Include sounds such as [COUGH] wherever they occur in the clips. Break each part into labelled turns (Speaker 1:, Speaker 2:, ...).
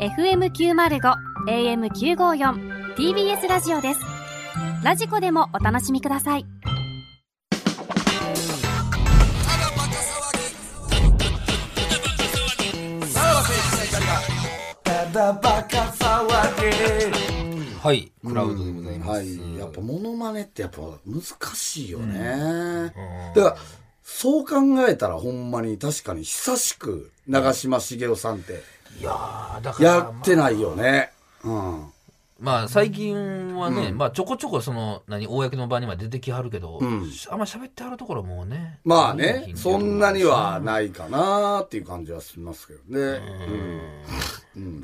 Speaker 1: FM905 AM954 TBS ラジオですラジコでもお楽しみください
Speaker 2: はい、クラウドでございます。
Speaker 3: はい。やっぱ、モノマネってやっぱ難しいよね。だから、そう考えたらほんまに確かに久しく長嶋茂雄さんって
Speaker 2: いやーだから、
Speaker 3: やってないよね。うん。
Speaker 2: まあ最近はね、まあちょこちょこその何公の場には出てきはるけど、あんま喋ってはるところもうね
Speaker 3: まあね、そんなにはないかなっていう感じはしますけどね。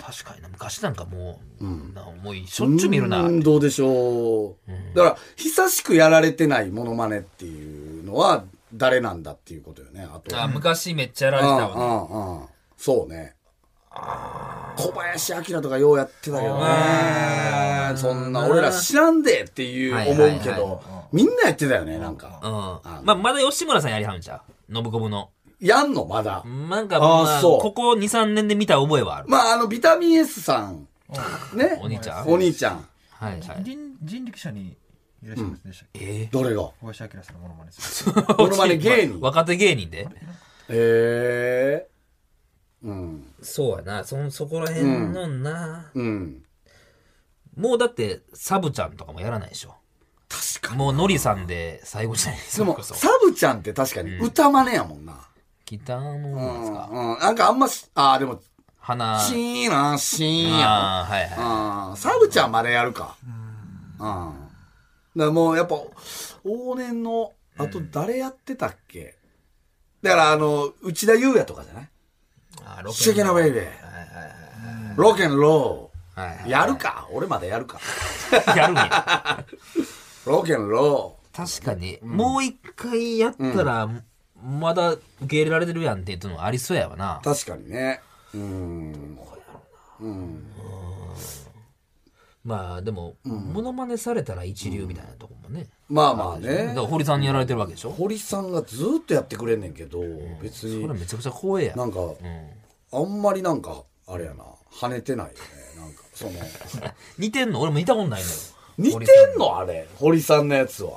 Speaker 2: 確かにな昔なんかもう、なもうしょっちゅう見るな、
Speaker 3: うんどうでしょう。だから、久しくやられてないモノマネっていうのは誰なんだっていうことよね、あと。
Speaker 4: あ昔めっちゃやられ
Speaker 3: う
Speaker 4: て
Speaker 3: ん
Speaker 4: たわね
Speaker 3: うんうんそうね。小林明とかようやってたけどね。そんな俺ら知らんでっていう思うけ
Speaker 4: はいはい
Speaker 3: ど、みんなやってたよね、なん
Speaker 4: うん
Speaker 3: か。
Speaker 4: まあまだ吉村さんやりはるんちゃう信子部の
Speaker 3: やんの、まだ。
Speaker 4: なんか
Speaker 3: あー
Speaker 4: まあ
Speaker 3: そう
Speaker 4: ここ23年で見た覚えはある
Speaker 3: まあ、あの、ビタミン S さん。ね。
Speaker 4: お兄ちゃん
Speaker 3: お兄ちゃん。
Speaker 4: はいはい
Speaker 5: 人人力車にいらっしゃいますでしたっけ、
Speaker 4: え
Speaker 3: どれが
Speaker 5: 小林明さんのモノマネでする
Speaker 3: モノマネ芸
Speaker 4: [LAUGHS]
Speaker 3: 人。
Speaker 4: 若手芸人で
Speaker 3: へえ。うん。
Speaker 4: そうやなそそこら辺のな、
Speaker 3: うん。
Speaker 4: もうだってサブちゃんとかもやらないでしょ
Speaker 3: 確かに。
Speaker 4: もうノリさんで最後じゃないです
Speaker 3: で
Speaker 4: か
Speaker 3: も、サブちゃんって確かに歌真似やもんな。
Speaker 4: ギターの
Speaker 3: う
Speaker 4: なんですか、
Speaker 3: ん。うん。なんかあんまし、ああ、でも、
Speaker 4: 花
Speaker 3: シーンな、シーンや
Speaker 4: あーはいはい
Speaker 3: もん。うん。サブちゃんまでやるか。うん。だからもうやっぱ、往年の、あと誰やってたっけだからあの、内田優也とかじゃない
Speaker 4: あーロ
Speaker 3: シェケナベイベー。ロケンロ
Speaker 4: はいは
Speaker 3: ー。やるか俺まだやるか。
Speaker 4: いやるんや
Speaker 3: [LAUGHS] ロケンロー。
Speaker 4: 確かに、もう一回やったら、まだ受け入れられてるやんっていうのはありそうやわな。
Speaker 3: 確かにね。うん。
Speaker 4: まあでも、モノマネされたら一流みたいなとこもね。
Speaker 3: まあまあ
Speaker 4: だ
Speaker 3: ね
Speaker 4: から。堀さんにやられてるわけでしょ、そ
Speaker 3: 堀さんがずーっとやってくれんねんけど、別に
Speaker 4: れめちゃくちゃ怖えやん。
Speaker 3: なんか、あんまりなんかあれやな跳ねてないよねなんか [LAUGHS] その
Speaker 4: 似てんの俺も似たことないのよ。
Speaker 3: 似てんのあれ堀さんのやつは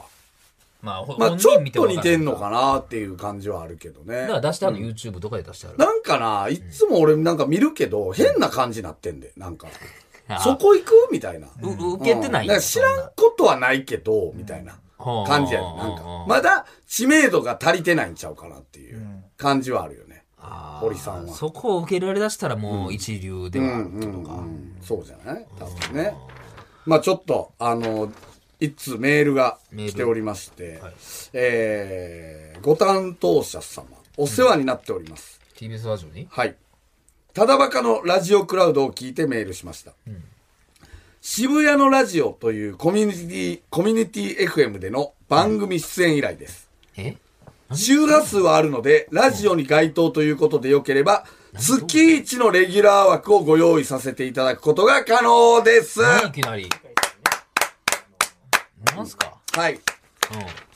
Speaker 4: まあ、ほ
Speaker 3: まあ
Speaker 4: 本
Speaker 3: ちょ
Speaker 4: 人
Speaker 3: っ
Speaker 4: 見
Speaker 3: と
Speaker 4: わか
Speaker 3: 似
Speaker 4: ら
Speaker 3: てんのかなっていう感じはあるけどね
Speaker 4: だから出してあるの YouTube とかで出してある。
Speaker 3: なんかないっつも俺なんか見るけど変な感じになってんでなんか
Speaker 4: あ
Speaker 3: そこ行くみたいな
Speaker 4: う受けてないや
Speaker 3: うんだから知ら
Speaker 4: そ
Speaker 3: んことはないけどみたいな
Speaker 4: うん
Speaker 3: 感じやね
Speaker 4: うん
Speaker 3: なん
Speaker 4: う
Speaker 3: か
Speaker 4: ん
Speaker 3: まだ知名度が足りてないんちゃうかなっていう感じはあるよね
Speaker 4: あー
Speaker 3: 堀さんは
Speaker 4: そこを受け入れられだしたらもう一流ではあるけどか。
Speaker 3: うんそうじゃない多分ね。まあちょっと、あの、一通メールが来ておりまして、えーご担当者様、お世話になっております。
Speaker 4: TBS ラジオに
Speaker 3: はい。ただバカのラジオクラウドを聞いてメールしました。渋谷のラジオというコミュニティ、コミュニティ FM での番組出演以来です。
Speaker 4: え
Speaker 3: 周波数はあるので、ラジオに該当ということでよければ、月一のレギュラー枠をご用意させていただくことが可能です。
Speaker 4: 何いきなり。なんすか
Speaker 3: はい。
Speaker 4: うん。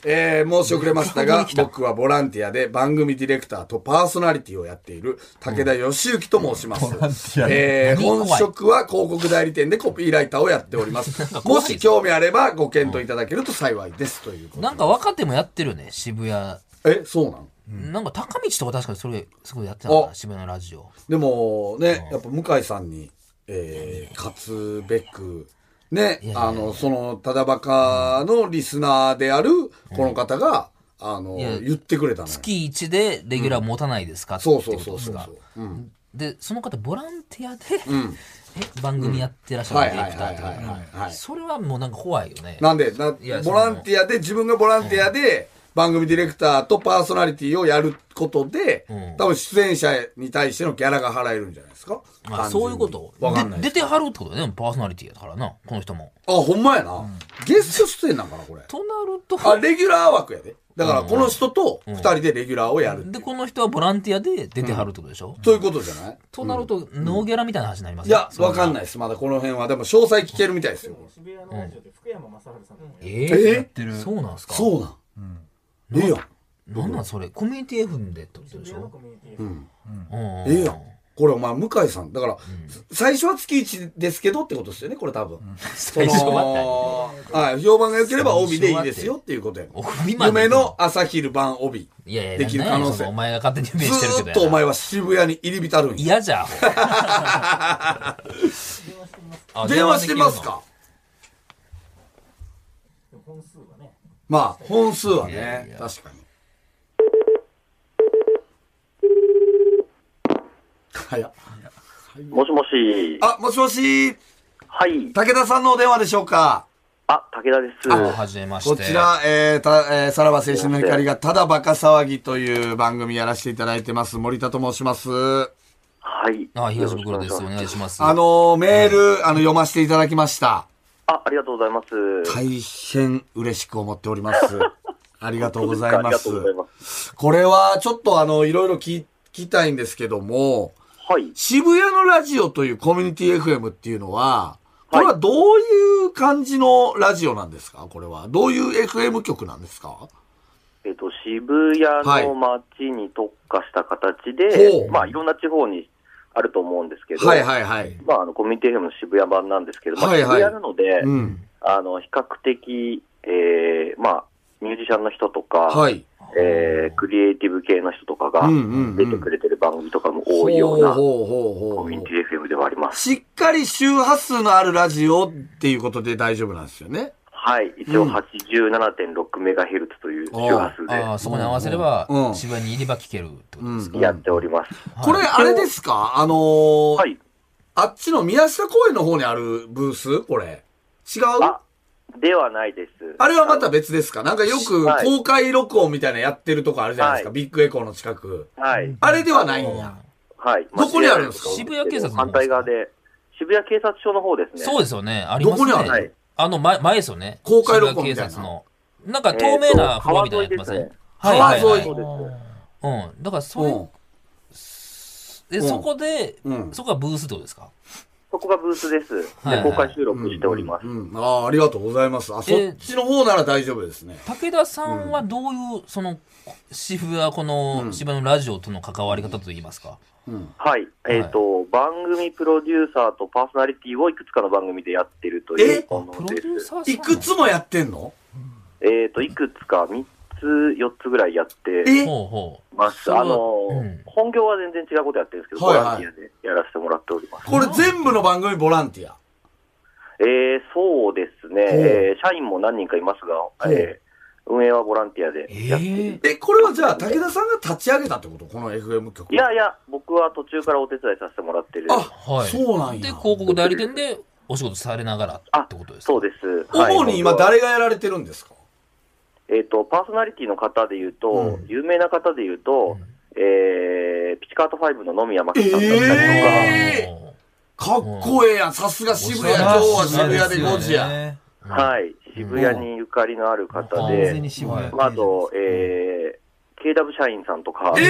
Speaker 3: えー申し遅れましたが、僕はボランティアで番組ディレクターとパーソナリティをやっている武田義之と申します。
Speaker 5: ボランティア
Speaker 3: えー
Speaker 4: 何怖い
Speaker 3: 本職は広告代理店でコピーライターをやっております。
Speaker 4: 怖
Speaker 3: も
Speaker 4: いです
Speaker 3: し興味あればご検討いただけると幸いです。ということで
Speaker 4: なんか若手もやってるよね、渋谷。
Speaker 3: え、そうなの
Speaker 4: なんか高道とか確かにそれ、すごいやってたな、
Speaker 3: あ
Speaker 4: 渋谷のラジオ。
Speaker 3: でもね、やっぱ向井さんに、えー、勝つべく、ね、あの、その、ただバカのリスナーである、この方が、あの、
Speaker 4: や
Speaker 3: 言ってくれたのよ。
Speaker 4: 月1でレギュラー持たないですか、って
Speaker 3: そう
Speaker 4: こと
Speaker 3: そう
Speaker 4: で
Speaker 3: そうそ
Speaker 4: す
Speaker 3: う
Speaker 4: か。。
Speaker 3: うん
Speaker 4: で、その方、ボランティアで、 [LAUGHS] え番組やってらっしゃ
Speaker 3: はい
Speaker 4: るディ
Speaker 3: は
Speaker 4: レ
Speaker 3: い
Speaker 4: クタ
Speaker 3: はい
Speaker 4: ーと
Speaker 3: はい
Speaker 4: か
Speaker 3: はいはい。
Speaker 4: それはもうなんか怖いよね。
Speaker 3: なんで、なボ
Speaker 4: いや
Speaker 3: ランティアで、自分がボランティアで、番組ディレクターとパーソナリティをやることで、
Speaker 4: うん
Speaker 3: 多分出演者に対してのギャラが払えるんじゃないですか。
Speaker 4: あそういうこと
Speaker 3: わかんない
Speaker 4: で
Speaker 3: です。
Speaker 4: 出てはるってことだよね、パーソナリティやからな、この人も。
Speaker 3: あ、ほんまやな。ゲスト出演なんかな、これ。
Speaker 4: となると、
Speaker 3: あ、レギュラー枠やで。だから、この人と二人でレギュラーをやるってい
Speaker 4: [LAUGHS]
Speaker 3: う。
Speaker 4: で、この人はボランティアで出てはるってことでしょ、
Speaker 3: そういうことじゃない
Speaker 4: となると、ノーギャラみたいな話になります
Speaker 3: い
Speaker 4: ね
Speaker 3: や、
Speaker 4: それ
Speaker 3: わかんないです。まだこの辺は。でも、詳細聞けるみたいですよ。
Speaker 4: え
Speaker 3: え
Speaker 4: ーそうなんですか
Speaker 3: そうなん。ええやん。
Speaker 4: なんなんそれコミュニティ FM でってことでしょ
Speaker 3: うん。
Speaker 4: うんうんうん
Speaker 3: ええやん。これお前向井さんだから、最初は月1ですけどってことですよねこれ多分、その
Speaker 4: 最初
Speaker 3: はい評判が良ければ帯でいいですよっていうことや
Speaker 4: 帯まで
Speaker 3: 夢の朝昼晩帯
Speaker 4: いやいや
Speaker 3: できる可能性
Speaker 4: なんやそのお前が勝手に
Speaker 3: ず
Speaker 4: 夢してるけど
Speaker 3: ー
Speaker 4: や
Speaker 3: っ
Speaker 4: な
Speaker 3: とお前は渋谷に入り浸るんや
Speaker 4: 嫌じゃん
Speaker 3: [LAUGHS]
Speaker 4: あ
Speaker 3: 電話してま
Speaker 4: で
Speaker 3: す
Speaker 4: きるの
Speaker 3: かまあ本数はね確かに早っ
Speaker 6: もしもし。
Speaker 3: あもしもし
Speaker 6: はい。
Speaker 3: 武田さんのお電話でしょうか
Speaker 6: あ、武田です。
Speaker 4: あはじめまして
Speaker 3: こちら、えーたえーさらば青春の光がただバカ騒ぎという番組やらせていただいてます。森田と申します。
Speaker 6: はい。
Speaker 4: あ東袋ですお
Speaker 6: よろしくお願いします
Speaker 4: 願いします
Speaker 3: あのーメール、あの、読ませていただきました。
Speaker 6: あ、ありがとうございます。
Speaker 3: 大変嬉しく思っております。ありがとうござい
Speaker 6: あり
Speaker 3: ま
Speaker 6: が
Speaker 3: す
Speaker 6: とう。ございます。
Speaker 3: これはちょっとあの、いろいろ聞きたいんですけども、
Speaker 6: はい。
Speaker 3: 渋谷のラジオというコミュニティ FM っていうのは、これは
Speaker 6: は
Speaker 3: どういう感じのラジオなんですかこれは。どういう FM 局なんですか
Speaker 6: えっ、と、渋谷の街に特化した形で、
Speaker 3: ほう
Speaker 6: まあ、いろんな地方にあると思うんですけど、
Speaker 3: はいはいはい。
Speaker 6: まあ、あの、コミュニティ FM の渋谷版なんですけど、まあ、
Speaker 3: はいはい
Speaker 6: 渋谷なので、
Speaker 3: うん。
Speaker 6: あの、比較的、えー、まあ、ミュージシャンの人とか、
Speaker 3: はい。
Speaker 6: えー、クリエイティブ系の人とかが
Speaker 3: うんうんうん
Speaker 6: 出てくれてる番組とかも多いようなコ
Speaker 3: ほうほうほうほう
Speaker 6: ミュニティ FM ではあります。
Speaker 3: しっかり周波数のあるラジオっていうことで大丈夫なんですよね。
Speaker 6: はい、一応
Speaker 3: うん
Speaker 6: 87.6メガヘルツという周波数
Speaker 4: あーそこに合わせれば
Speaker 3: うん
Speaker 4: 渋谷に入りば聞けるってことですか
Speaker 6: でやっております。
Speaker 3: これ、あれですかあのー
Speaker 6: はい。
Speaker 3: あっちの宮下公園の方にあるブースこれ。違う
Speaker 6: あ
Speaker 3: あ、
Speaker 6: ではないです。
Speaker 3: れはまた別ですかなんかよく
Speaker 6: はい
Speaker 3: 公開録音みたいなやってるとこあるじゃないですか、
Speaker 6: は
Speaker 3: ビッグエコーの近く。
Speaker 6: はい。
Speaker 3: あれではないんや。
Speaker 6: はい。
Speaker 3: どこにあるんですか
Speaker 4: 渋谷警察の方
Speaker 6: 反対側で、渋谷警察署の方ですね。
Speaker 4: そう
Speaker 6: う
Speaker 4: ですよねありますね
Speaker 3: どこにある
Speaker 6: はい。
Speaker 4: あの前前ですよね
Speaker 3: 公開録音み
Speaker 4: 渋
Speaker 3: たい
Speaker 4: 谷警
Speaker 3: な
Speaker 4: 察のなんか透明なフロアみたいなのやってません、
Speaker 6: えーと
Speaker 4: はいはい
Speaker 3: 川
Speaker 4: は
Speaker 3: 沿
Speaker 4: い
Speaker 3: い
Speaker 6: そうです。
Speaker 4: うんだからそれ、
Speaker 3: うん。
Speaker 4: で
Speaker 3: うん
Speaker 4: そこで、
Speaker 3: うん
Speaker 4: そこがブースってことですか
Speaker 6: そこがブースです。
Speaker 4: はい
Speaker 6: で、公開収録しております。
Speaker 3: うん。ああ、ありがとうございます。あ、そっちの方なら大丈夫ですね。
Speaker 4: 武田さんはどういう、その渋谷この渋谷のラジオとの関わり方といいますか、
Speaker 6: はい。えっ、と、番組プロデューサーとパーソナリティをいくつかの番組でやってるとい
Speaker 3: え
Speaker 6: うも
Speaker 4: プ
Speaker 6: の
Speaker 4: ロデ
Speaker 6: で
Speaker 4: ュー
Speaker 6: す。
Speaker 4: サーさん
Speaker 3: いくつもやってんの
Speaker 6: えっ、と、いくつか3つ、4つぐらいやって、
Speaker 3: え
Speaker 4: ほうほう
Speaker 6: ます。あの、
Speaker 4: うん
Speaker 6: 本業は全然違うことやってるんですけど、ボ
Speaker 3: はい
Speaker 6: ラ
Speaker 3: はい
Speaker 6: ンティアでやらせてもらっております。
Speaker 3: これ全部の番組ボランティア。
Speaker 6: えー、そうですね、
Speaker 3: ほう
Speaker 6: えー社員も何人かいますが、えー運営はボランティアでやって、
Speaker 4: え
Speaker 3: え、これはじゃあ武田さんが立ち上げたってことこの FM 局。
Speaker 6: いやいや、僕は途中からお手伝いさせてもらってる。
Speaker 3: あ、
Speaker 4: はい
Speaker 3: そうなん
Speaker 4: ー、
Speaker 3: や。
Speaker 4: で広告代理店でお仕事されながらってことですか
Speaker 6: そうです。
Speaker 3: 主に今
Speaker 6: はい
Speaker 3: 誰がやられてるんですか
Speaker 6: えっ、と、パーソナリティの方で言うと、
Speaker 3: うん
Speaker 6: 有名な方で言うと、えー、ピチカート5の野宮真紀さんだったりとか、
Speaker 3: え
Speaker 4: おー
Speaker 3: かっこええやん。さすが渋谷。今日は渋谷で5時や。
Speaker 5: ね
Speaker 6: はい、渋谷にゆかりのある方
Speaker 5: 完
Speaker 6: で、
Speaker 5: 全に渋谷
Speaker 6: まあ、あと、えー、KW 社員さんとか、
Speaker 3: え
Speaker 4: え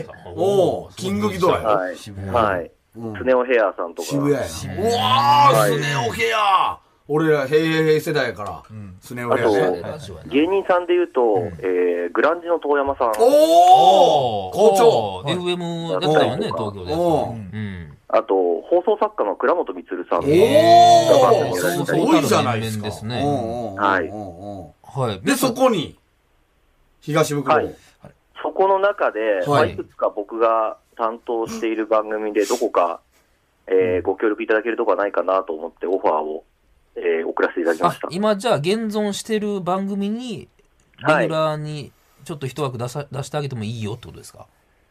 Speaker 3: えー、おーキングギドラや。
Speaker 6: はい、
Speaker 5: 渋谷
Speaker 6: はい、
Speaker 3: うん
Speaker 6: スネオヘアさんとか、
Speaker 3: 渋谷やな。うわー、
Speaker 6: はい
Speaker 3: スネオヘア俺ら、へいへいへい世代やから、スネオヘアね。
Speaker 4: ラジオやな
Speaker 6: 芸人さんで言うと、えー、グランジの遠山さん、
Speaker 3: おー
Speaker 4: お
Speaker 3: 校
Speaker 4: ー FM やったよね
Speaker 6: お
Speaker 4: 東京
Speaker 6: ー
Speaker 3: 長
Speaker 4: で
Speaker 3: お
Speaker 5: う
Speaker 3: ー
Speaker 5: ん
Speaker 4: うん
Speaker 6: あと、放送作家の倉本光さん
Speaker 3: お
Speaker 6: が
Speaker 3: ー
Speaker 6: 番組をや
Speaker 4: そ
Speaker 6: っ
Speaker 4: う
Speaker 3: す
Speaker 6: てたり
Speaker 4: そう
Speaker 3: ごいじゃないですか。
Speaker 4: そうそうたる面々ですね
Speaker 3: うんうんうんうん
Speaker 6: はい
Speaker 4: はい
Speaker 3: で、そこに、東袋。
Speaker 6: はいそこの中で、
Speaker 3: い
Speaker 6: いまあ、いくつか僕が担当している番組で、どこか、えー、ご協力いただけるとこはないかなと思って、オファーを、えー、送らせていただきま
Speaker 4: あ
Speaker 6: した。
Speaker 4: 今じゃあ現存してる番組にレギ
Speaker 6: はい
Speaker 4: ュラーにちょっと一枠出さ出してあげてもいいよってことですか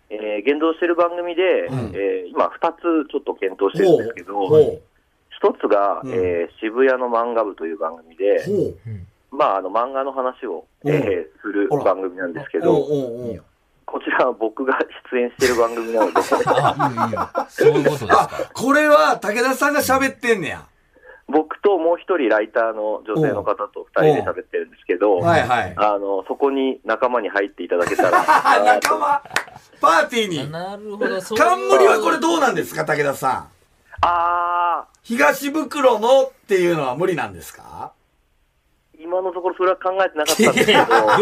Speaker 6: えー、現像している番組で、
Speaker 3: ん
Speaker 6: えー今、2つちょっと検討してる
Speaker 3: ほ
Speaker 6: んですけど、
Speaker 3: う。ほ
Speaker 6: 一つが、
Speaker 3: うん
Speaker 6: えー渋谷の漫画部という番組で
Speaker 3: う。、ほう。
Speaker 6: まあ、あの漫画の話を、えー
Speaker 3: うん
Speaker 6: する
Speaker 3: あら
Speaker 6: 番組なんですけ
Speaker 3: おう
Speaker 6: ど、
Speaker 3: おうおう
Speaker 6: こちらは僕が出演している番
Speaker 3: [LAUGHS]
Speaker 6: 組なので、
Speaker 4: そういうことですか
Speaker 3: あ、これは武田さんが喋ってんねや。
Speaker 6: 僕ともう一人ライターの女性の方と二人で喋ってるんですけど、
Speaker 3: はいはい。
Speaker 6: あの、そこに仲間に入っていただけた
Speaker 3: [LAUGHS]
Speaker 6: ら。
Speaker 3: あ、仲間パーティーに。
Speaker 4: なるほどそういう
Speaker 3: 冠はこれどうなんですか、武田さん。
Speaker 6: あ
Speaker 3: 東袋のっていうのは無理なんですか
Speaker 6: ー、今今のところそれは考えてなかったんですけど、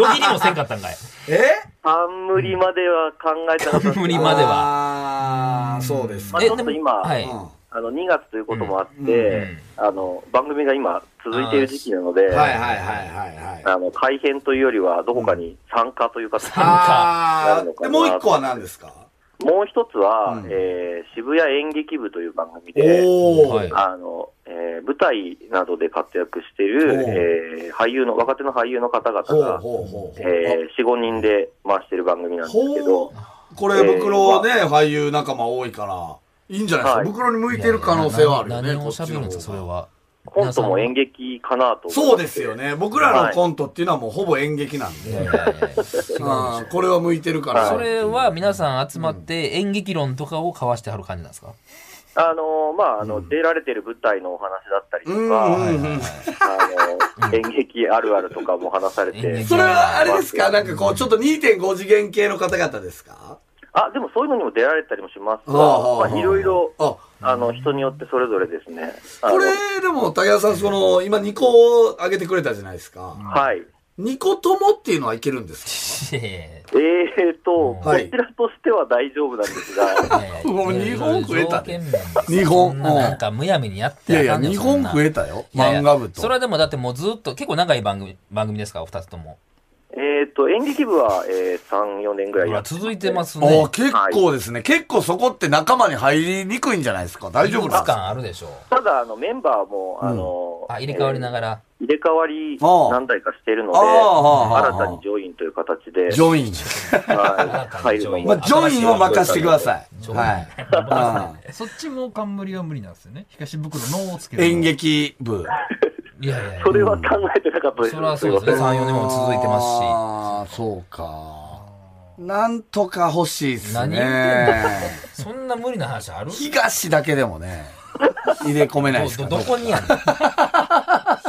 Speaker 4: よぎりもせんかったんかい。
Speaker 3: え
Speaker 6: 冠までは考えてなかったんですけど
Speaker 4: 無理までは。
Speaker 3: あーそうです
Speaker 6: ま
Speaker 3: か。
Speaker 6: あ、ちょっと今、
Speaker 4: はい。
Speaker 6: あの2月ということもあって、
Speaker 3: うんうん
Speaker 6: あの番組が今続いている時期なので、
Speaker 3: うんはいはいはいはいはい。
Speaker 6: あの改編というよりはどこかに参加という形にな
Speaker 3: あ
Speaker 6: るの
Speaker 3: ー
Speaker 6: か
Speaker 3: で
Speaker 6: な
Speaker 3: もう一個は何ですか
Speaker 6: もう一つは、
Speaker 3: うん
Speaker 6: えー渋谷演劇部という番組で、
Speaker 3: お
Speaker 4: は
Speaker 3: ー
Speaker 4: い。
Speaker 6: あのえー舞台などで活躍してい
Speaker 3: おう
Speaker 6: る、えー俳優の、若手の俳優の方々
Speaker 3: ほう
Speaker 6: が、
Speaker 3: ほうほうほ
Speaker 6: え
Speaker 3: う。
Speaker 6: ー、4、5人で回してる番組なんですけど
Speaker 3: ほ、うこれ、袋ね、俳優仲間多いから、いいんじゃないですか、
Speaker 6: はい
Speaker 3: 袋に向いてる可能性はあるよね、
Speaker 4: 何を
Speaker 3: こっち
Speaker 4: 喋るん
Speaker 3: の
Speaker 4: ですか、それ
Speaker 3: 方が。
Speaker 4: は。
Speaker 6: コントも演劇かなと思って
Speaker 3: そうですよ。ね。僕ら
Speaker 6: は
Speaker 3: の
Speaker 6: い
Speaker 3: コントっていうのはもうほぼ演劇なん
Speaker 4: いやいや
Speaker 3: で。
Speaker 4: いや違うんです
Speaker 3: あ
Speaker 4: よ
Speaker 3: ーこれは向いてるから。
Speaker 6: はい
Speaker 4: それは皆さん集まって演劇論とかを交わしてはる感じなんですか
Speaker 6: あのまあ、あの、出られてる舞台のお話だったりと
Speaker 3: うん
Speaker 6: か、
Speaker 3: うんうん。[LAUGHS]
Speaker 6: あの、演劇あるあるとかも話され
Speaker 4: 演
Speaker 6: て
Speaker 4: 劇、
Speaker 3: それはあれですかなんかこう、ちょっと2.5次元系の方々ですか
Speaker 6: あ、でもそういうのにも出られたりもしますが、
Speaker 3: ああ
Speaker 6: まあ、いろいろ、
Speaker 3: あ、
Speaker 6: あの、人によってそれぞれですね。あの
Speaker 3: これでも、竹田さん、その、今2個上げてくれたじゃないですか。
Speaker 6: はい。
Speaker 3: 2個ともっていうのはいけるんです
Speaker 4: いやいやいや
Speaker 6: えーと、こ
Speaker 3: はい
Speaker 6: ちらとしては大丈夫なんですが、
Speaker 3: [LAUGHS] もう日本増えたで
Speaker 4: 条件面です
Speaker 3: 日本
Speaker 4: そんななんかむやみにやっ
Speaker 3: か
Speaker 4: てあかんねん
Speaker 3: 日
Speaker 4: そん
Speaker 3: 本
Speaker 4: な
Speaker 3: 増えたよ。
Speaker 4: いやいや
Speaker 3: 漫画部と。
Speaker 4: それはでもだってもうずっと結構長い番組番組ですからお二つとも
Speaker 6: えーと、演劇部は、えー、3、4年ぐらいやって
Speaker 4: 続いてます
Speaker 3: あ
Speaker 4: ね
Speaker 3: ー結構ですね、結構そこって仲間に入りにくいんじゃないですか大丈夫なん
Speaker 4: 期
Speaker 3: ですか
Speaker 4: 間あるでしょう
Speaker 6: ただ、あの、メンバーも、あの、
Speaker 4: あ入れ替わりながら、
Speaker 6: えー入れ替わり何台かしてるので、
Speaker 3: ああああ
Speaker 6: 新たにジョインという形で、
Speaker 3: ジョイン。
Speaker 6: はい入るの
Speaker 4: ま
Speaker 3: ま
Speaker 6: も
Speaker 3: あ、ジョインを任せてください。
Speaker 4: 新しい
Speaker 3: はい。あ
Speaker 5: [LAUGHS]
Speaker 3: ー
Speaker 5: そっちも冠は無理なんですよね。東袋のをつける。
Speaker 3: 演。劇部。
Speaker 4: いやいやいや
Speaker 6: [LAUGHS] それは考えてなかったです。
Speaker 4: それはそうですね34年も続いてますし
Speaker 3: ああ、そうか。なんとか欲しいっす
Speaker 4: 何
Speaker 3: ね。
Speaker 4: 言そんな無理な話ある
Speaker 3: 東だけでもね、入れ込めないですか
Speaker 4: ど
Speaker 3: ら
Speaker 4: どこにや
Speaker 3: [LAUGHS]
Speaker 4: んの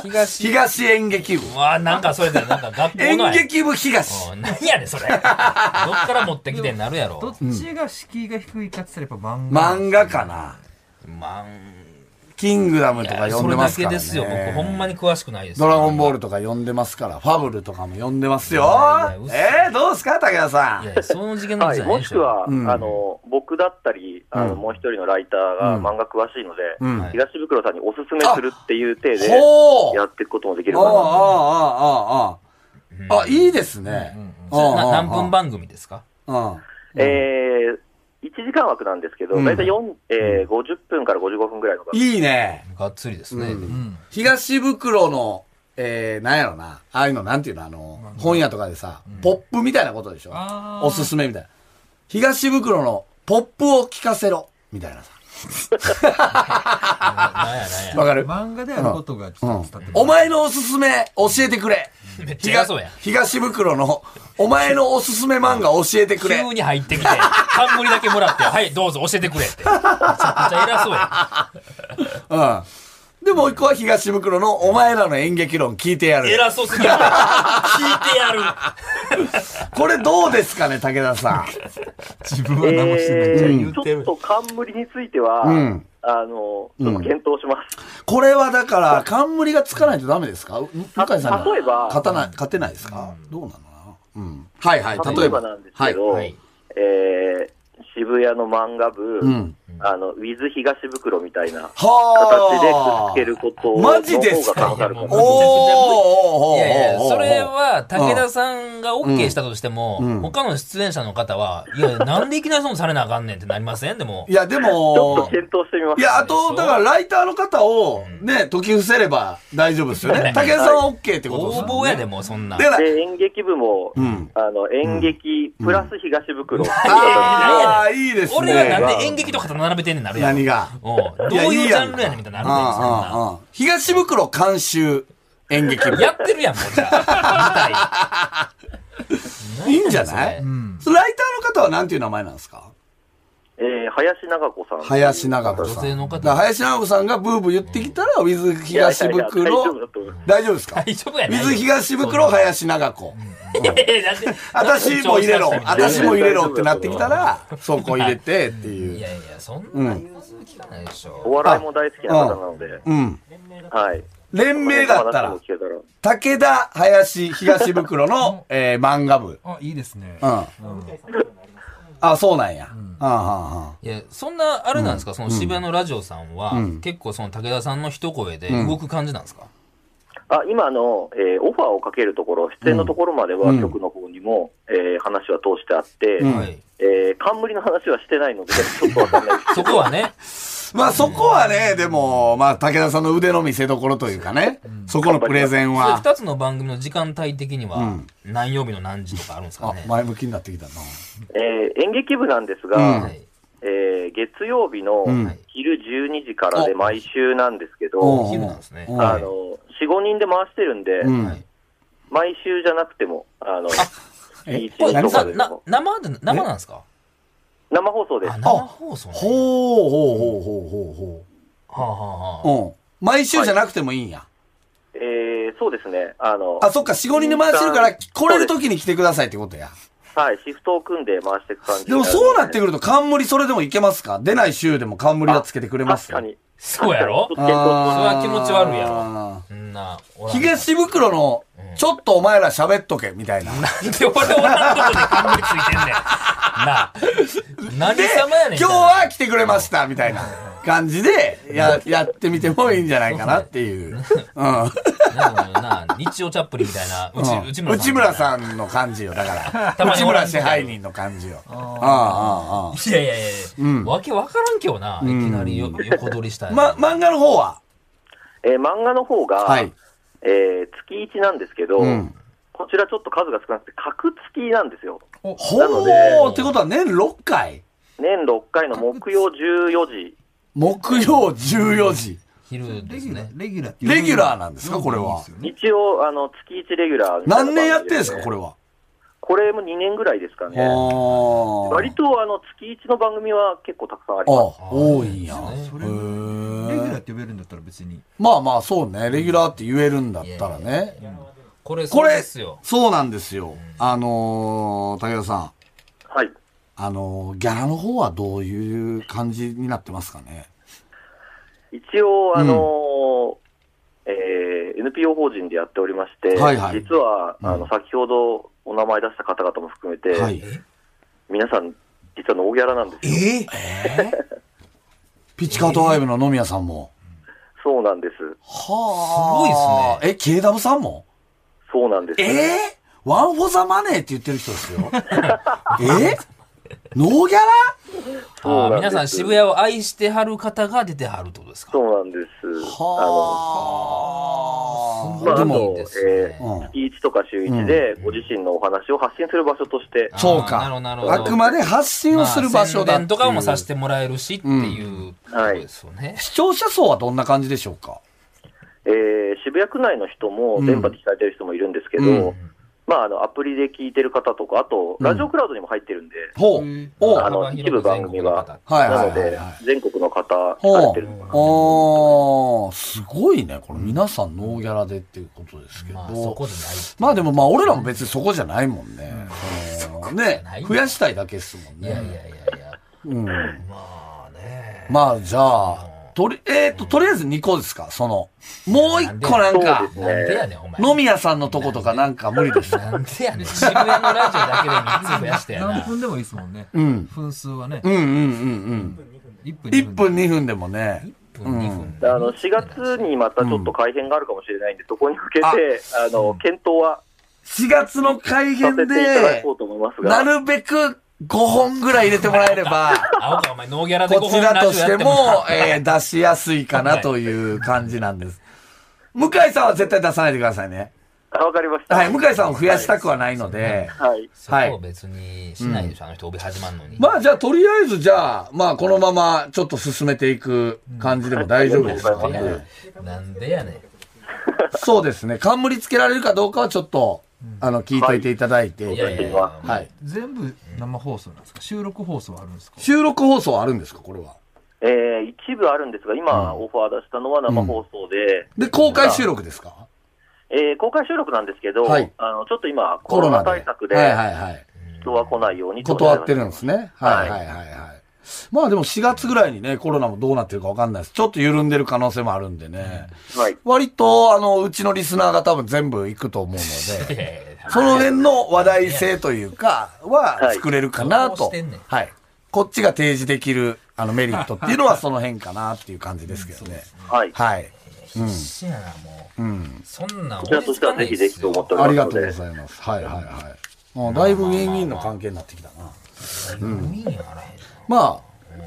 Speaker 4: 東
Speaker 3: 東演劇部。
Speaker 4: うわなんかそれだよなんか学校
Speaker 3: 演
Speaker 4: のや
Speaker 3: 劇部東。
Speaker 4: うん何やねん
Speaker 3: [LAUGHS]
Speaker 4: それどっから持ってきてんなるやろ
Speaker 5: どっちが敷居が低いかって言ったらやっぱ漫画。
Speaker 3: 漫画かな。
Speaker 4: まあ
Speaker 3: キングダムとか
Speaker 4: そ
Speaker 3: 呼ん
Speaker 4: れ
Speaker 3: でま
Speaker 4: だ
Speaker 3: す
Speaker 4: け
Speaker 3: から、ね。
Speaker 4: ですよ僕ほんまに詳しくないです
Speaker 3: ドラゴンボー
Speaker 4: ル
Speaker 3: ルとか呼んでますから、ファブルとかも呼んでますよ
Speaker 4: やいや。嘘
Speaker 3: えー、どうですか、武田さ
Speaker 4: いや
Speaker 3: ん
Speaker 4: い。やその次元の
Speaker 6: [LAUGHS] は
Speaker 4: 話
Speaker 6: い、
Speaker 4: じゃない
Speaker 6: も
Speaker 4: で
Speaker 6: し
Speaker 4: し
Speaker 6: く
Speaker 4: ょ
Speaker 6: は、
Speaker 3: うん
Speaker 6: あの僕だったり、あの
Speaker 3: うん
Speaker 6: もう一人のライターが
Speaker 3: うん
Speaker 6: 漫画詳しいので、
Speaker 3: うん
Speaker 4: はい
Speaker 6: 東袋さんにおすすめするっていう体で
Speaker 3: ほう
Speaker 6: やっていくこともできる
Speaker 3: あ
Speaker 6: か
Speaker 3: あ、
Speaker 6: な
Speaker 3: あ
Speaker 6: と。
Speaker 3: あ、ああ、ああ。あ、いいですね。ああ
Speaker 4: な
Speaker 3: ああ
Speaker 4: 何分番組ですか
Speaker 3: うん。
Speaker 6: えー1時間枠なんですけど、
Speaker 3: うん
Speaker 6: 大体4、えー、50分から55分ぐらいの番組
Speaker 3: いいね。
Speaker 4: がっつりですね、
Speaker 3: うん
Speaker 5: うん。
Speaker 3: 東袋の、えー、なんやろな。ああいうの、なんていうの、あの、本屋とかでさ、ポップみたいなことでしょ
Speaker 5: あ。ー
Speaker 3: おすすめみたいな。東袋のポップを聞かせろ。みたいなさ。
Speaker 4: ななんやなん
Speaker 3: [LAUGHS]
Speaker 4: や
Speaker 3: わかる
Speaker 5: 漫画であることがち
Speaker 3: う
Speaker 5: ょ
Speaker 3: ん
Speaker 5: っと伝って
Speaker 3: お前のおすすめ教えてくれ。
Speaker 4: めっちゃ偉
Speaker 3: 東
Speaker 4: そうやん
Speaker 3: 東袋のお前のおすすめ漫画教えてくれ。
Speaker 4: 急に入ってきて、冠だけもらって、はい、どうぞ教えてくれ
Speaker 3: [LAUGHS]
Speaker 4: って。めちゃくちゃ偉そうやん。
Speaker 3: うん。で、もう一個は東袋のお前らの演劇論聞いてやる。
Speaker 4: 偉そうすぎる。聞いてやる。
Speaker 3: これどうですかね、武田さ
Speaker 5: 自分は何もしてない。
Speaker 6: えー
Speaker 4: 言って
Speaker 6: ちょ
Speaker 4: る
Speaker 6: っと冠については、
Speaker 3: うん
Speaker 6: あのちょっと検討します。
Speaker 3: ん。これはだから、冠がつかないとダメですかう向井さんが
Speaker 6: 例えば
Speaker 3: 勝たない、勝てないですか、どうなのかなうん。はいはい、
Speaker 6: 例
Speaker 3: 例
Speaker 6: え
Speaker 3: え
Speaker 6: ば
Speaker 3: ば。
Speaker 6: なんですけど、
Speaker 3: はい。
Speaker 4: はい
Speaker 6: えー渋谷の漫画部、
Speaker 3: うん。
Speaker 6: あの、ウィズ東袋みたいな形で
Speaker 3: はあ。
Speaker 6: くっつけること
Speaker 3: マジです
Speaker 6: の
Speaker 3: か
Speaker 6: 方が助かるか
Speaker 3: おーおー
Speaker 6: なと
Speaker 3: おーおーおー
Speaker 4: いやいや、
Speaker 3: おー
Speaker 4: それは、武田さんが OK したとしても、
Speaker 3: うん
Speaker 4: 他の出演者の方は、いや、なんでいきなり損されなあかんねんってなりませんでも
Speaker 3: い。や、で
Speaker 6: ちょっ
Speaker 3: も
Speaker 6: と、検討してみます。
Speaker 3: いや、あと、だから、ライターの方を、ね、解き伏せれば大丈夫ですよね。武田さんは OK ってことで
Speaker 4: 応
Speaker 3: すよね。
Speaker 4: 募やでもうそんな。
Speaker 3: だから、
Speaker 6: で、演劇部も、
Speaker 3: ん
Speaker 6: あの、演劇プラス東袋、
Speaker 3: ああ、いいですね。
Speaker 4: 俺はなんで演劇と肩並べてんねんなるやん。
Speaker 3: 何が
Speaker 4: うんどういうジャンルやねんみたいになるねんそんな
Speaker 3: うんうんうん東袋監修演劇部。
Speaker 4: やってるやん、も [LAUGHS] うじゃあ。舞台
Speaker 3: いいんじゃない
Speaker 4: 何やねんそれ
Speaker 3: そのライターの方はなんていう名前なんですか
Speaker 6: えー林長子さん。
Speaker 3: 林長子さん。
Speaker 4: 女性の方
Speaker 3: だから林長子さんがブーブー言ってきたら、ウィズ東
Speaker 6: いやいやいや大丈夫だ
Speaker 3: 袋。
Speaker 6: と思います
Speaker 3: 大丈夫ですか
Speaker 4: 大丈夫や
Speaker 3: ウ
Speaker 4: ない
Speaker 3: ィ
Speaker 4: よ
Speaker 3: ズ東袋、林長子。
Speaker 4: いやいやだって
Speaker 3: 私も入れろ。私も入れろってなってきたら、そこ入れてって
Speaker 4: い
Speaker 3: いう。
Speaker 4: やいや、そんな融通聞かないでしょ。
Speaker 6: お笑いも大好きな方なので、
Speaker 3: うん。
Speaker 6: はい。
Speaker 3: 連名だった
Speaker 6: 話
Speaker 3: ら
Speaker 6: も聞、けたら。
Speaker 3: 武田林東袋の、えー漫画部。
Speaker 5: あ、いいですね
Speaker 3: う。ん。あ、そうなんや。あはんはん
Speaker 4: いや、そんな、あれなんですか、その渋谷のラジオさんは、結構その武田さんの一声で動く感じなんですか、
Speaker 6: あ今の、えーオファーをかけるところ、出演のところまでは、局の方にも、えー話は通してあって、
Speaker 4: はい。
Speaker 6: えー冠の話はしてないので、 [LAUGHS] ちょっとわかんないです
Speaker 4: そこは [LAUGHS] ね、
Speaker 3: まあそこはね、でも、まあ武田さんの腕の見せ所というかね、そこのプレゼン
Speaker 4: それ
Speaker 3: は。
Speaker 4: 二つの番組の時間帯的には、何曜日の何時とかあるんですか
Speaker 3: あ
Speaker 4: ね、。
Speaker 3: 前向きになってきたな。
Speaker 6: えー演劇部なんです
Speaker 3: う
Speaker 6: が、
Speaker 3: ん
Speaker 4: はい。
Speaker 6: えー月曜日の
Speaker 3: うん
Speaker 6: 昼12時からで
Speaker 3: お
Speaker 6: 毎週なんですけ
Speaker 3: お
Speaker 6: ど、
Speaker 4: 昼なんですね
Speaker 3: う
Speaker 6: あの4、5人で回してるんで、
Speaker 3: うん
Speaker 4: はい
Speaker 6: 毎週じゃなくても、あの、
Speaker 3: え
Speaker 6: 一
Speaker 4: これ、
Speaker 6: 日
Speaker 4: な、
Speaker 6: とか
Speaker 4: な
Speaker 6: で
Speaker 4: な
Speaker 6: も、
Speaker 4: 生で、生なんですか
Speaker 6: 生放送で
Speaker 4: あ、
Speaker 6: す。
Speaker 4: 生放送ね。
Speaker 3: ほうほうほうほうほ
Speaker 4: はあ、はあ
Speaker 3: う
Speaker 4: はあ、
Speaker 3: ほう。うん。毎週じゃなくてもいいんや。
Speaker 6: えーそうですね。あの、
Speaker 3: あ、そっか、4、5人で回してるから、来れる時に来てくださいってことや。
Speaker 6: はい、シフトを組んで回していく感じ
Speaker 3: でもそうなって
Speaker 6: る
Speaker 3: くると、冠それでもいけますか出ない週でも冠はつけてくれます
Speaker 6: 確かに。
Speaker 4: そうやろ
Speaker 6: 確かにちょっと検討
Speaker 3: あー
Speaker 6: します
Speaker 4: それは気持ち悪いやろそんな、おらん
Speaker 3: 東袋の、ちょっとお前ら喋っとけ、みたいな。
Speaker 4: なんで俺おらんことに冠ついてんねん。なあ。何
Speaker 3: で、
Speaker 4: 様やねん。
Speaker 3: 今日は来てくれました、みたいな感じで、や、やってみてもいいんじゃないかなっていう。うん。
Speaker 4: なんかもうな日曜チャップリンみたいな、うち、
Speaker 3: うん
Speaker 4: 内村さん。
Speaker 3: 内村さんの感じよ、だか
Speaker 4: たま
Speaker 3: ら。
Speaker 4: に
Speaker 3: 内
Speaker 4: おら
Speaker 3: 村
Speaker 4: ん
Speaker 3: 支配人の感じよ。ああ、ああ、あ
Speaker 4: いやいやいや、わけわからんけどな、いきなりよ横取りした
Speaker 3: あ。
Speaker 4: い。
Speaker 3: ま、漫画の方は
Speaker 6: えー漫画の方が、
Speaker 3: はい
Speaker 6: えー月1なんですけど、
Speaker 3: うん
Speaker 6: こちらちょっと数が少なくて、格付きなんですよ。
Speaker 3: ほ
Speaker 6: なので
Speaker 3: うってことは年6回
Speaker 6: 年6回の木曜14時、
Speaker 3: 木曜14時。
Speaker 4: 昼で
Speaker 5: レ
Speaker 4: す
Speaker 5: ギュラ
Speaker 4: ね
Speaker 5: ー、。レギュラーって
Speaker 3: レギュラーなんですかこれは。
Speaker 6: 一応、あの、月1レギュラーみたいな
Speaker 3: 何年やってんですかこれ
Speaker 6: は。
Speaker 3: は。
Speaker 6: これも2年ぐらいですかね。
Speaker 3: ああ。
Speaker 6: 割と、あの、月1の番組は結構たくさんあり
Speaker 3: あ
Speaker 6: ます。
Speaker 3: 多いんや。へ
Speaker 5: それレギュラー
Speaker 3: ー
Speaker 5: って呼べるんだったら別に。
Speaker 3: まあまあそうね。レギュラーって言えるんだったらね。
Speaker 4: これ、
Speaker 3: こ
Speaker 4: これ
Speaker 3: れ
Speaker 4: ですよ、。
Speaker 3: そうなんですよ。あのー、武田さん。
Speaker 6: はい。
Speaker 3: あのー、ギャラの方はどういう感じになってますかね
Speaker 6: 一応、あのーえー NPO 法人でやっておりまして、
Speaker 3: はいはい
Speaker 6: 実は、
Speaker 3: うん
Speaker 6: あの、先ほどお名前出した方々も含めて、
Speaker 3: はい。
Speaker 6: 皆さん、実はノーギャラなんですよ。
Speaker 4: え
Speaker 3: ピッチカート5の野宮さんも。
Speaker 6: そうなんです。
Speaker 3: はあ。すごいですね。え、KW さんも
Speaker 6: そうなんです。
Speaker 3: ええワンフォーザマネーって言ってる
Speaker 4: [LAUGHS]
Speaker 3: 人ですよ。えノーギャラ
Speaker 6: そうなんで
Speaker 4: 皆
Speaker 6: す
Speaker 4: さん渋谷を愛してはる方が出てはるってことですか
Speaker 6: そうなんです。
Speaker 3: は
Speaker 6: あ
Speaker 3: あ。
Speaker 6: の、まあ、あ
Speaker 3: で
Speaker 6: と
Speaker 3: も、
Speaker 4: ですね
Speaker 6: え
Speaker 3: うん
Speaker 6: ー月1とか週1で、ご自身のお話を発信する場所として、
Speaker 4: あー
Speaker 3: そう
Speaker 4: な
Speaker 3: か
Speaker 4: るほどなる。ほど
Speaker 3: あくまで発信をする場所
Speaker 4: まあ
Speaker 3: だ
Speaker 4: 宣伝とかもさせ
Speaker 3: てい
Speaker 4: てもらえるしっていうところですよね
Speaker 3: う。。視聴者層はどんな感じでしょうか
Speaker 6: えー渋谷区内の人も、電波で聞かれてる人もいるんですけど、
Speaker 3: うん
Speaker 6: まあ、あの、アプリで聞いてる方とか、あと、
Speaker 3: ん
Speaker 6: ラジオクラウドにも入ってるんで、
Speaker 3: ほう。おう。
Speaker 6: あ
Speaker 3: はい
Speaker 6: の、一部番組は、
Speaker 3: はい
Speaker 6: なの
Speaker 3: はい
Speaker 6: で
Speaker 3: はい。、
Speaker 6: 全国の方、聞かれ
Speaker 3: ほ
Speaker 6: てるのか
Speaker 3: う。
Speaker 6: な
Speaker 3: おーすごいね。これ皆さんノーギャラでっていうことですけど。
Speaker 4: まあ、そこでないって。
Speaker 3: まあでもまあ俺らも別にそこじゃないもんね。うんね
Speaker 4: ない、
Speaker 3: 増やしたいだけですもん
Speaker 4: いやい
Speaker 3: ね。
Speaker 4: やいやいや。
Speaker 3: うん
Speaker 4: まあね。
Speaker 3: まあじゃあ、とり、えっと、とりあえず2個ですかその、もう1個なんか、
Speaker 4: なんでやねん、お前。
Speaker 3: 飲み屋さんのとことかなんか無理ですか
Speaker 4: なんでやねん。渋谷のラジオだけで3つ増やしたや
Speaker 5: 何
Speaker 4: な。
Speaker 5: 分でもいいですもんね。
Speaker 3: うん。
Speaker 5: 分数はね
Speaker 3: う。んうんうん
Speaker 5: 1
Speaker 3: う
Speaker 5: 分
Speaker 3: ん。1
Speaker 5: 2
Speaker 3: 分2分でもね。
Speaker 4: 1分、2分。
Speaker 6: あの4月にまたちょっと改編があるかもしれないんで、そこに向けて、あの検討は
Speaker 3: 4月の改
Speaker 6: さ
Speaker 3: 編
Speaker 6: せていただ
Speaker 3: で
Speaker 6: こ、うと思いますが、
Speaker 3: なるべく5本ぐらい入れてもらえれ [LAUGHS] ば、
Speaker 4: 青か、お前、ノーギャラで
Speaker 3: こ
Speaker 4: 5
Speaker 3: ち
Speaker 4: 本
Speaker 3: ら
Speaker 4: ラ
Speaker 3: と
Speaker 4: ジオや
Speaker 3: して
Speaker 4: っても
Speaker 3: も、えー出しやすいかなという感じなんです。向井さんは絶対出さないでくださいね。
Speaker 6: あわかりました。
Speaker 3: はい、向井さんを増やしたくはないので。
Speaker 6: はい。
Speaker 4: そこを別にしないでしょ、あの人帯始まんのに。
Speaker 3: まあじゃあとりあえずじゃあ、まあこのままちょっと進めていく感じでも大丈夫ですか
Speaker 6: うん
Speaker 4: い
Speaker 3: ね
Speaker 4: や。なんでやねん。
Speaker 3: そうですね。冠つけられるかどうかはちょっと、あの、聞いといていただいて。
Speaker 4: いやいやいや
Speaker 3: はい。
Speaker 5: 全部生放送なんですか収録放送はあるんですか
Speaker 3: 収録放送あるんですかこれは。
Speaker 6: えー一部あるんですが、今、オファー出したのは生放送で、
Speaker 3: で、公開収録ですか
Speaker 6: えー公開収録なんですけど、
Speaker 3: はい
Speaker 6: あのちょっと今、
Speaker 3: コ
Speaker 6: コロ
Speaker 3: ロ
Speaker 6: ナ
Speaker 3: ナで。
Speaker 6: 対策で、
Speaker 3: はいはいはい。
Speaker 6: 人は来ないようにと
Speaker 3: 断ってるんですね。はい
Speaker 6: はい
Speaker 3: はいはいはい。まあでも4月ぐらいにね、コロナもどうなってるかわかんないです。ちょっと緩んでる可能性もあるんでね。
Speaker 6: はい。
Speaker 3: 割と、あの、うちのリスナーが多分全部行くと思う
Speaker 6: [LAUGHS]
Speaker 3: ので、
Speaker 4: え
Speaker 3: その辺の話題性というか、は
Speaker 6: はい
Speaker 3: 作れるかな
Speaker 4: どう
Speaker 3: と
Speaker 4: してんねん。
Speaker 3: はい。こっちが提示できる、あの、メリットっていうのはその辺かなっていう感じですけどね。
Speaker 6: はい。
Speaker 3: はい。
Speaker 4: ー、必死やな、もう。
Speaker 3: うん。
Speaker 4: そんなん
Speaker 6: こちらとしてはぜひぜひと思ってお
Speaker 3: あり
Speaker 6: りま
Speaker 3: が
Speaker 6: す
Speaker 3: と
Speaker 6: の
Speaker 3: うご
Speaker 6: で、
Speaker 3: ざいます。はいはいはい。もうだいぶウィンウィンの関係になってきたな。
Speaker 4: て。うん。意味がない
Speaker 3: ま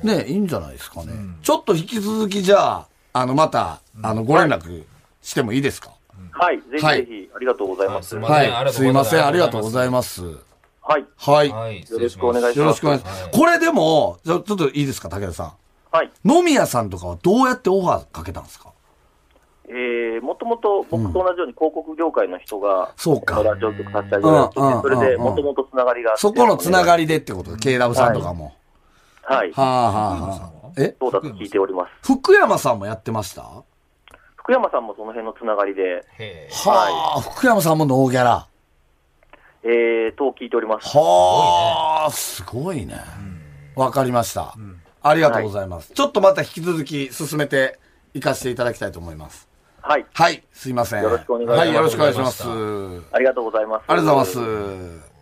Speaker 3: あ、ね、いいんじゃないですかね。ちょっと引き続きじゃあ、あの、また、あの、ご連絡してもいいですか、
Speaker 6: はい。ぜひ
Speaker 3: は
Speaker 6: ぜ
Speaker 3: い
Speaker 6: ひ、ありがとうございます。
Speaker 4: は
Speaker 6: は
Speaker 4: あ
Speaker 3: はい
Speaker 4: り
Speaker 3: い。
Speaker 4: がと
Speaker 3: す
Speaker 4: う
Speaker 3: い
Speaker 4: ございま
Speaker 3: ますせん。ありがとうございます。
Speaker 6: い。
Speaker 3: はい。
Speaker 4: はい。
Speaker 6: よろしくお願いし
Speaker 3: よろ
Speaker 6: ま
Speaker 3: し
Speaker 6: す
Speaker 3: くお。願いします。これでも、ちょちょっといいですか、武田さ
Speaker 6: はい。
Speaker 3: ん。飲み屋さんとかはどうやってオファーかけたんですか
Speaker 6: えー、もともと僕と同じように広告業界の人が、
Speaker 3: そうか
Speaker 6: このラジオ局立ち上げら
Speaker 3: うんうん
Speaker 6: れて、それで
Speaker 3: うん
Speaker 6: もともとつながりがあって。
Speaker 3: そこのつながりでってことで、KW さんとかも。
Speaker 6: はい。
Speaker 3: はあはあはあ。え
Speaker 6: そうだと聞いております。
Speaker 3: 福山さんもやってましたは
Speaker 6: 福山さんもその辺のつながりで、
Speaker 4: へー
Speaker 3: あ、福山さんもノーギャラ。
Speaker 6: えー、と聞いております。
Speaker 3: はあ、すごいね。わかりました。ありがとうございます。ちょっとまた引き続き進めていかせていただきたいと思います。
Speaker 6: はい。
Speaker 3: はい、すいません。
Speaker 6: よろしくお願いします
Speaker 3: はい、よろしくお願いします。
Speaker 4: ありが
Speaker 6: ありがとうございます。
Speaker 3: ありがとうございます。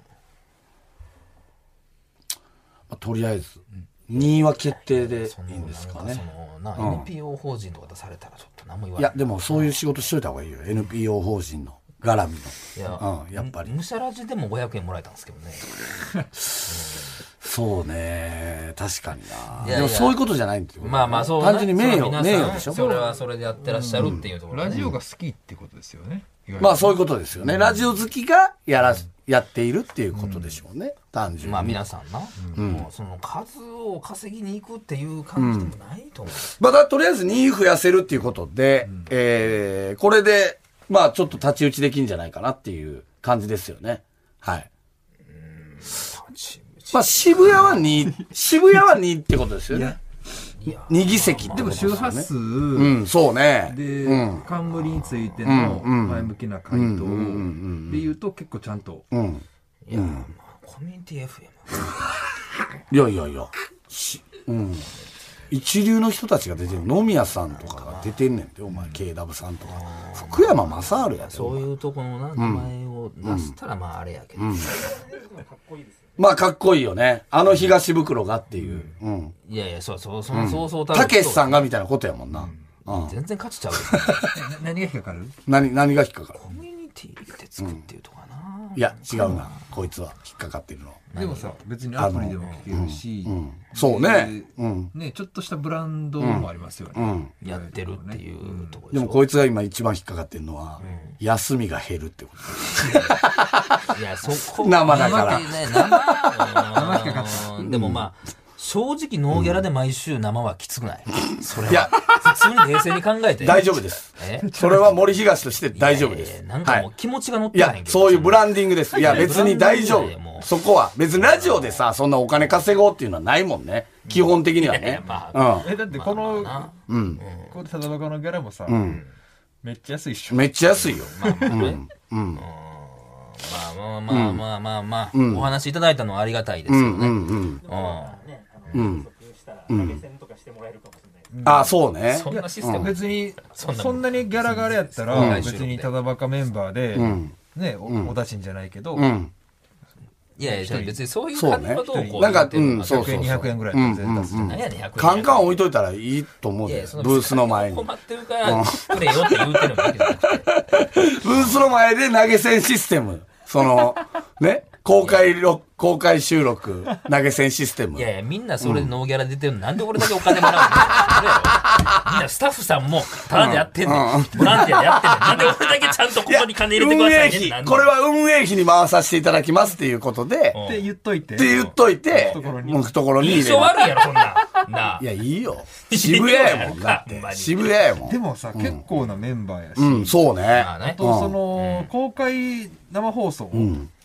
Speaker 3: まあとりあえず、2位は決定でいいんですか
Speaker 4: そ
Speaker 3: ね。
Speaker 4: のな、
Speaker 3: うん
Speaker 4: NPO 法人とか出されたらちょっと何も言わ
Speaker 3: い
Speaker 4: な
Speaker 3: や
Speaker 4: い、。
Speaker 3: でもそういう仕事しといた方がいいよ。NPO 法人の絡みの。
Speaker 4: いや
Speaker 3: うんやっぱり
Speaker 4: むむしゃらじでも500円もらえたんですけどね。
Speaker 3: そうね。確かにな。
Speaker 4: いや
Speaker 3: でもそういうことじゃないんですよ。
Speaker 4: まあまあ、そうね
Speaker 3: 単純に名
Speaker 4: その皆さ
Speaker 3: 誉、
Speaker 4: ん
Speaker 3: 名誉でしょ。
Speaker 4: それはそれでやってらっしゃるっていうところね。
Speaker 5: ラジオが好きってことですよね。
Speaker 3: まあ
Speaker 5: う。
Speaker 3: そういうことですよね。ラジオ好きがやらし、やっているっていうことでしょうね。単純に。
Speaker 4: まあ皆さんな、もうその数を稼ぎに行くっていう感じでもないと思う。
Speaker 3: まあだとりあえず2位増やせるっていうことで、えーこれで、まあちょっと太刀打ちできんじゃないかなっていう感じですよね。はい。まあ渋谷は2、渋谷は2ってことですよね。2議席って
Speaker 5: で
Speaker 3: こと
Speaker 5: も
Speaker 3: です
Speaker 5: 周
Speaker 3: よ
Speaker 5: 波
Speaker 3: ね。
Speaker 5: 数
Speaker 3: うん、そうね。
Speaker 5: で
Speaker 3: うん、
Speaker 5: 冠についての前向きな回答で言うと結構ちゃんと。
Speaker 3: うん。
Speaker 4: いや、まあコミュニティ FM。
Speaker 3: いやいやいや。しうん。一流の人たちが出てる。野宮さんとかが出てんねんて、お前、KW さんとか。福山雅治やで。
Speaker 4: そういうとこのな、名前を出したらまああれやけど。
Speaker 3: まあ、かっこいいよね。あの東袋がっていう。うん。
Speaker 4: いやいや、そうそう、そのそうそうたる
Speaker 3: た
Speaker 4: 人
Speaker 3: けしさんがみたいなことやもんな。うん。
Speaker 4: 全然勝ちちゃう
Speaker 3: [LAUGHS]
Speaker 4: よ。
Speaker 5: 何が引っかかる
Speaker 3: 何、何が引っかかる
Speaker 4: コミュニティってつくっていうとかな。
Speaker 3: いや、違うな。こいつは引っかかってるの。
Speaker 5: でもさ、別にアプリでも聞けるし、
Speaker 3: そうね。
Speaker 5: で
Speaker 3: うん。
Speaker 5: ね、ちょっとしたブランドもありますよね。
Speaker 3: うん。
Speaker 4: やってるっていうところ
Speaker 3: で
Speaker 4: しょ
Speaker 3: も、こいつが今一番引っかかってるのは、休みが減るってこと。
Speaker 4: いや、そこ。
Speaker 3: 生だか
Speaker 4: 生
Speaker 3: ら
Speaker 4: でね生うんでもまあ、正直ノーギャラで毎週生はきつくない。それは。
Speaker 3: いや
Speaker 4: 普通に冷静に考えて。
Speaker 3: 大丈夫
Speaker 4: [LAUGHS]
Speaker 3: です。
Speaker 4: え。
Speaker 3: それは森東として [LAUGHS] 大丈夫で
Speaker 4: いや
Speaker 3: す。
Speaker 4: いやなんかも
Speaker 3: は
Speaker 4: う
Speaker 3: い
Speaker 4: 気持ちが乗っ
Speaker 3: い
Speaker 4: て
Speaker 3: や
Speaker 4: ない、
Speaker 3: そういうブ
Speaker 4: ン
Speaker 3: ランディングです。いや、別に大丈
Speaker 4: ブランディングだよも
Speaker 3: 夫。
Speaker 4: う
Speaker 3: そこは。別にラジオでさ、そんなお金稼ごうっていうのはないもんね。基本的にはね。
Speaker 4: ま
Speaker 5: え、だってこの、これ、ただばこのギャラもさ、めっちゃ安いっし
Speaker 3: うん。めっちゃ安いよ。
Speaker 4: まあまあねまあまあまあまあまあまあ、お話しいただいたのはありがたいですよね。
Speaker 3: うんうん。
Speaker 4: うん
Speaker 3: あ、そうね。
Speaker 4: そんなシステム。
Speaker 5: 別に
Speaker 4: そ
Speaker 5: そ
Speaker 4: ん
Speaker 5: ん
Speaker 4: な
Speaker 5: なにギャラがあれやった
Speaker 4: うん
Speaker 5: ら別にただバカメンバーで、ねお,、出しんじゃないけど、
Speaker 3: うん。
Speaker 4: いやいや、別にそういう
Speaker 3: そう
Speaker 4: 感じ
Speaker 3: ね
Speaker 4: のことをこ。う
Speaker 3: なん
Speaker 4: 言
Speaker 3: か
Speaker 4: っ、て
Speaker 3: う
Speaker 4: る
Speaker 3: ん、そう
Speaker 5: 100
Speaker 3: そ
Speaker 5: 円
Speaker 3: うそう
Speaker 5: 200。円ぐらいだったら絶対する、
Speaker 4: 何やねん、100円。
Speaker 3: カンカン置いといたらいいと思う
Speaker 4: いやい
Speaker 3: で
Speaker 4: やそ。
Speaker 3: ブースの前に。ブ
Speaker 4: 困ってるから、くれよって言うてるわけじゃなくて。
Speaker 3: ースの前で投げ銭システム。その、 [LAUGHS] ね。公開録、公開収録、投げ銭システム
Speaker 4: い。やいや、みんなそれでノーギャラ出てるの、なんで俺だけお金もらうのそれやろみんなスタッフさんも、ただでやってんねん。ボランティアでやってんねん。なんで俺だけちゃんとここに金入れてくだ
Speaker 3: 運
Speaker 4: さ
Speaker 3: 営
Speaker 4: いね。な
Speaker 3: 費、
Speaker 4: んで
Speaker 3: これは運営費に回させていただきますっていうことで、
Speaker 5: って言っといて
Speaker 3: って言っといて、
Speaker 5: 懐に
Speaker 3: もう懐に入れ
Speaker 4: 印
Speaker 3: る
Speaker 4: 象悪いやろ、そんなん。なあ
Speaker 3: い。や、いいよ。渋谷やもん、だっ
Speaker 4: ほんま
Speaker 3: て。
Speaker 4: に
Speaker 3: 渋谷やもん。
Speaker 5: でもさ、結構なメンバーやし、
Speaker 3: うん、そうね
Speaker 4: ま。あね
Speaker 5: あ。とその、公開生放送、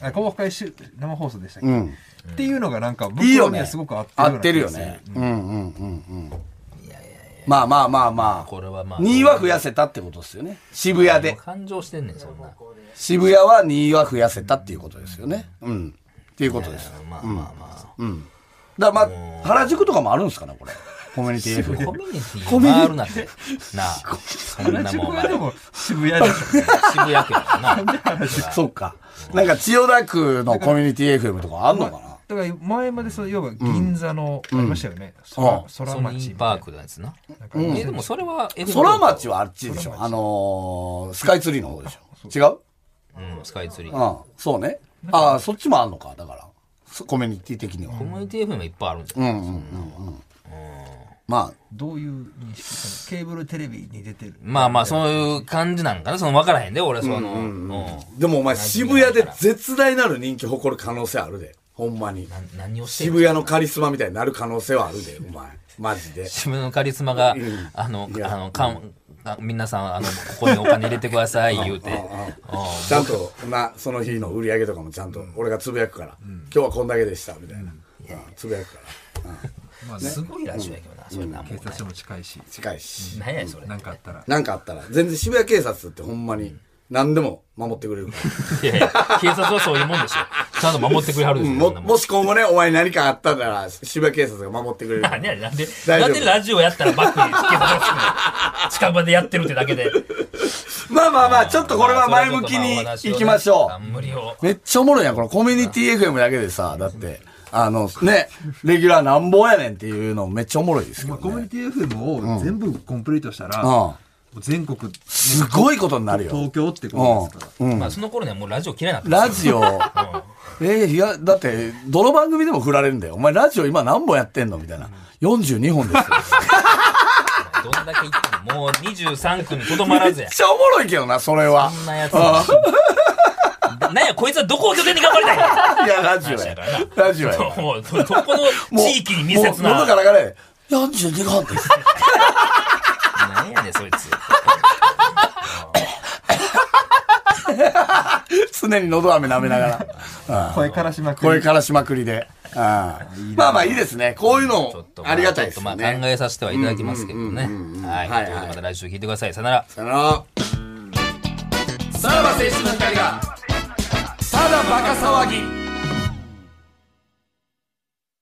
Speaker 5: あ公開し生放送でしたっけ、
Speaker 3: うん。
Speaker 5: っていうのがなんか僕
Speaker 3: いいよ
Speaker 5: に
Speaker 3: ね。
Speaker 5: はすごく合ってる
Speaker 3: 合ってる
Speaker 5: よ
Speaker 3: よ
Speaker 5: うな気がす
Speaker 3: ね。うんうんうんうん。まあまあまあまあ。
Speaker 4: これはまあ。
Speaker 3: 2は増やせたってことですよね。渋谷で。
Speaker 4: 感情してんねん、そんな。
Speaker 3: 渋谷は2は増やせたっていうことですよね。うん。っていうことです。
Speaker 4: まあまあまあ。
Speaker 3: だからまあ、原宿とかもあるんですかね、これ。コミュニティ F
Speaker 4: コミュニティ回るなんて。なあ。そんな
Speaker 5: 原宿
Speaker 4: もんお
Speaker 5: は
Speaker 4: 前
Speaker 5: でも渋谷でしょ。
Speaker 4: 渋谷区やからな。
Speaker 3: [LAUGHS] そうか。なんか、千代田区のコミュニティ FM とかあんのかな
Speaker 5: だから前までその要は銀座のありましたよね。
Speaker 3: あ
Speaker 5: 空
Speaker 3: あ
Speaker 5: [LAUGHS] 空
Speaker 4: ソニ
Speaker 5: 町
Speaker 4: ーパークのやつな。
Speaker 5: うん
Speaker 4: え、でもそれは F
Speaker 3: 空町はあ
Speaker 4: る。
Speaker 3: っちでしょ。あのー、スカイツリーの方でしょ。違う
Speaker 4: うん、スカイツリー。
Speaker 3: うん。そうね。ああ、そっちもあんのか、だから。そコミュニティ的には。
Speaker 4: コミュニティ FM いっぱいあるんですよ。
Speaker 3: うんうんうんうん。ま
Speaker 5: どういう認識そのケーブルテレビに出てる。
Speaker 4: まあまあ、そういう感じなんかな。その分からへんで、俺、その、うん
Speaker 7: でもお前渋谷で絶大なる人気誇る可能性あるで。ほんまに。
Speaker 4: 何をしてる
Speaker 7: 渋谷のカリスマみたいになる可能性はあるで、お前。マジで。
Speaker 4: 渋谷のカリスマが、あの、あの、かん、あ皆さん、あの、ここにお金入れてください、言うて。うん
Speaker 7: ちゃんとなその日の売り上げとかもちゃんと俺がつぶやくから、今日はこんだけでしたみたいな、うんつぶやくから
Speaker 4: すごいラジオやけどな、それなんも
Speaker 5: 警察署も近いし、
Speaker 7: 近いし、
Speaker 4: 何やねんそれ。
Speaker 5: なんかあったら。
Speaker 7: なんかあったら全然渋谷警察ってほんまに何でも守ってくれるから
Speaker 4: いやいや、警察はそういうもんでしょ。ちゃんと守ってくれはるでしょ。
Speaker 7: も
Speaker 4: そんなもん
Speaker 7: もし今後ねお前に何かあったなら渋谷警察が守ってくれるから
Speaker 4: 何やねんなんで、
Speaker 7: 大丈
Speaker 4: な
Speaker 7: 夫
Speaker 4: んでラジオやったらバックに警察がつく [LAUGHS] の近場でやってるってだけで。
Speaker 3: あ。まあまあまあ、ちょっとこれは前向きに行きましょう。
Speaker 4: 無理を。
Speaker 3: めっちゃおもろいやん、このコミュニティ FM だけでさ、だって、あの、ね、レギュラーなんぼやねんっていうのめっちゃおもろいですけ
Speaker 5: まあ、コ
Speaker 3: ど
Speaker 5: ミュ
Speaker 3: ね
Speaker 5: ニ。ティ FM を全部コンプリートしたら、
Speaker 3: うん
Speaker 5: もう全国、
Speaker 3: すごいことになる
Speaker 5: 東
Speaker 3: よ。
Speaker 5: 京ってことですから。
Speaker 3: うん。うん
Speaker 4: まあ、その頃にはもうラジオ嫌いになった。
Speaker 3: ラジオ。えーいや、だって、どの番組でも振られるんだよ。お前ラジオ今何本やってんのみたいな。42本ですよ。
Speaker 4: どんだけ行っても、もう23区にとどまらず
Speaker 3: め
Speaker 4: や
Speaker 3: っ。ちゃおもろいけどな、それは。
Speaker 4: そんなやつは。 [LAUGHS] なんや、こいつはどこを拠点に頑張りたいの
Speaker 3: いや、ラジオや。ラジオや。
Speaker 4: もう、どどこの地域に密接
Speaker 3: もう
Speaker 4: な。
Speaker 3: 喉からがね、42本です。
Speaker 4: なんやねん、そいつ。
Speaker 3: [LAUGHS] 常に喉飴舐め
Speaker 4: [LAUGHS]
Speaker 3: ながら。うん
Speaker 5: 声からしまく
Speaker 3: 声
Speaker 5: り。
Speaker 3: からしまくりで。うんまあまあいいですね。こういう
Speaker 4: ちょ
Speaker 3: の
Speaker 4: っと、ま
Speaker 3: ありがたいで
Speaker 4: ちょっ
Speaker 3: す
Speaker 4: とま
Speaker 3: よ
Speaker 4: あ
Speaker 3: ね。
Speaker 4: 考えさせてはいただきますけどね。はい。と
Speaker 7: はいはい
Speaker 4: いうことでまた来週聞いてください。さよなら。
Speaker 7: さよなら
Speaker 3: さらば青春の光が、ただバカ騒ぎ。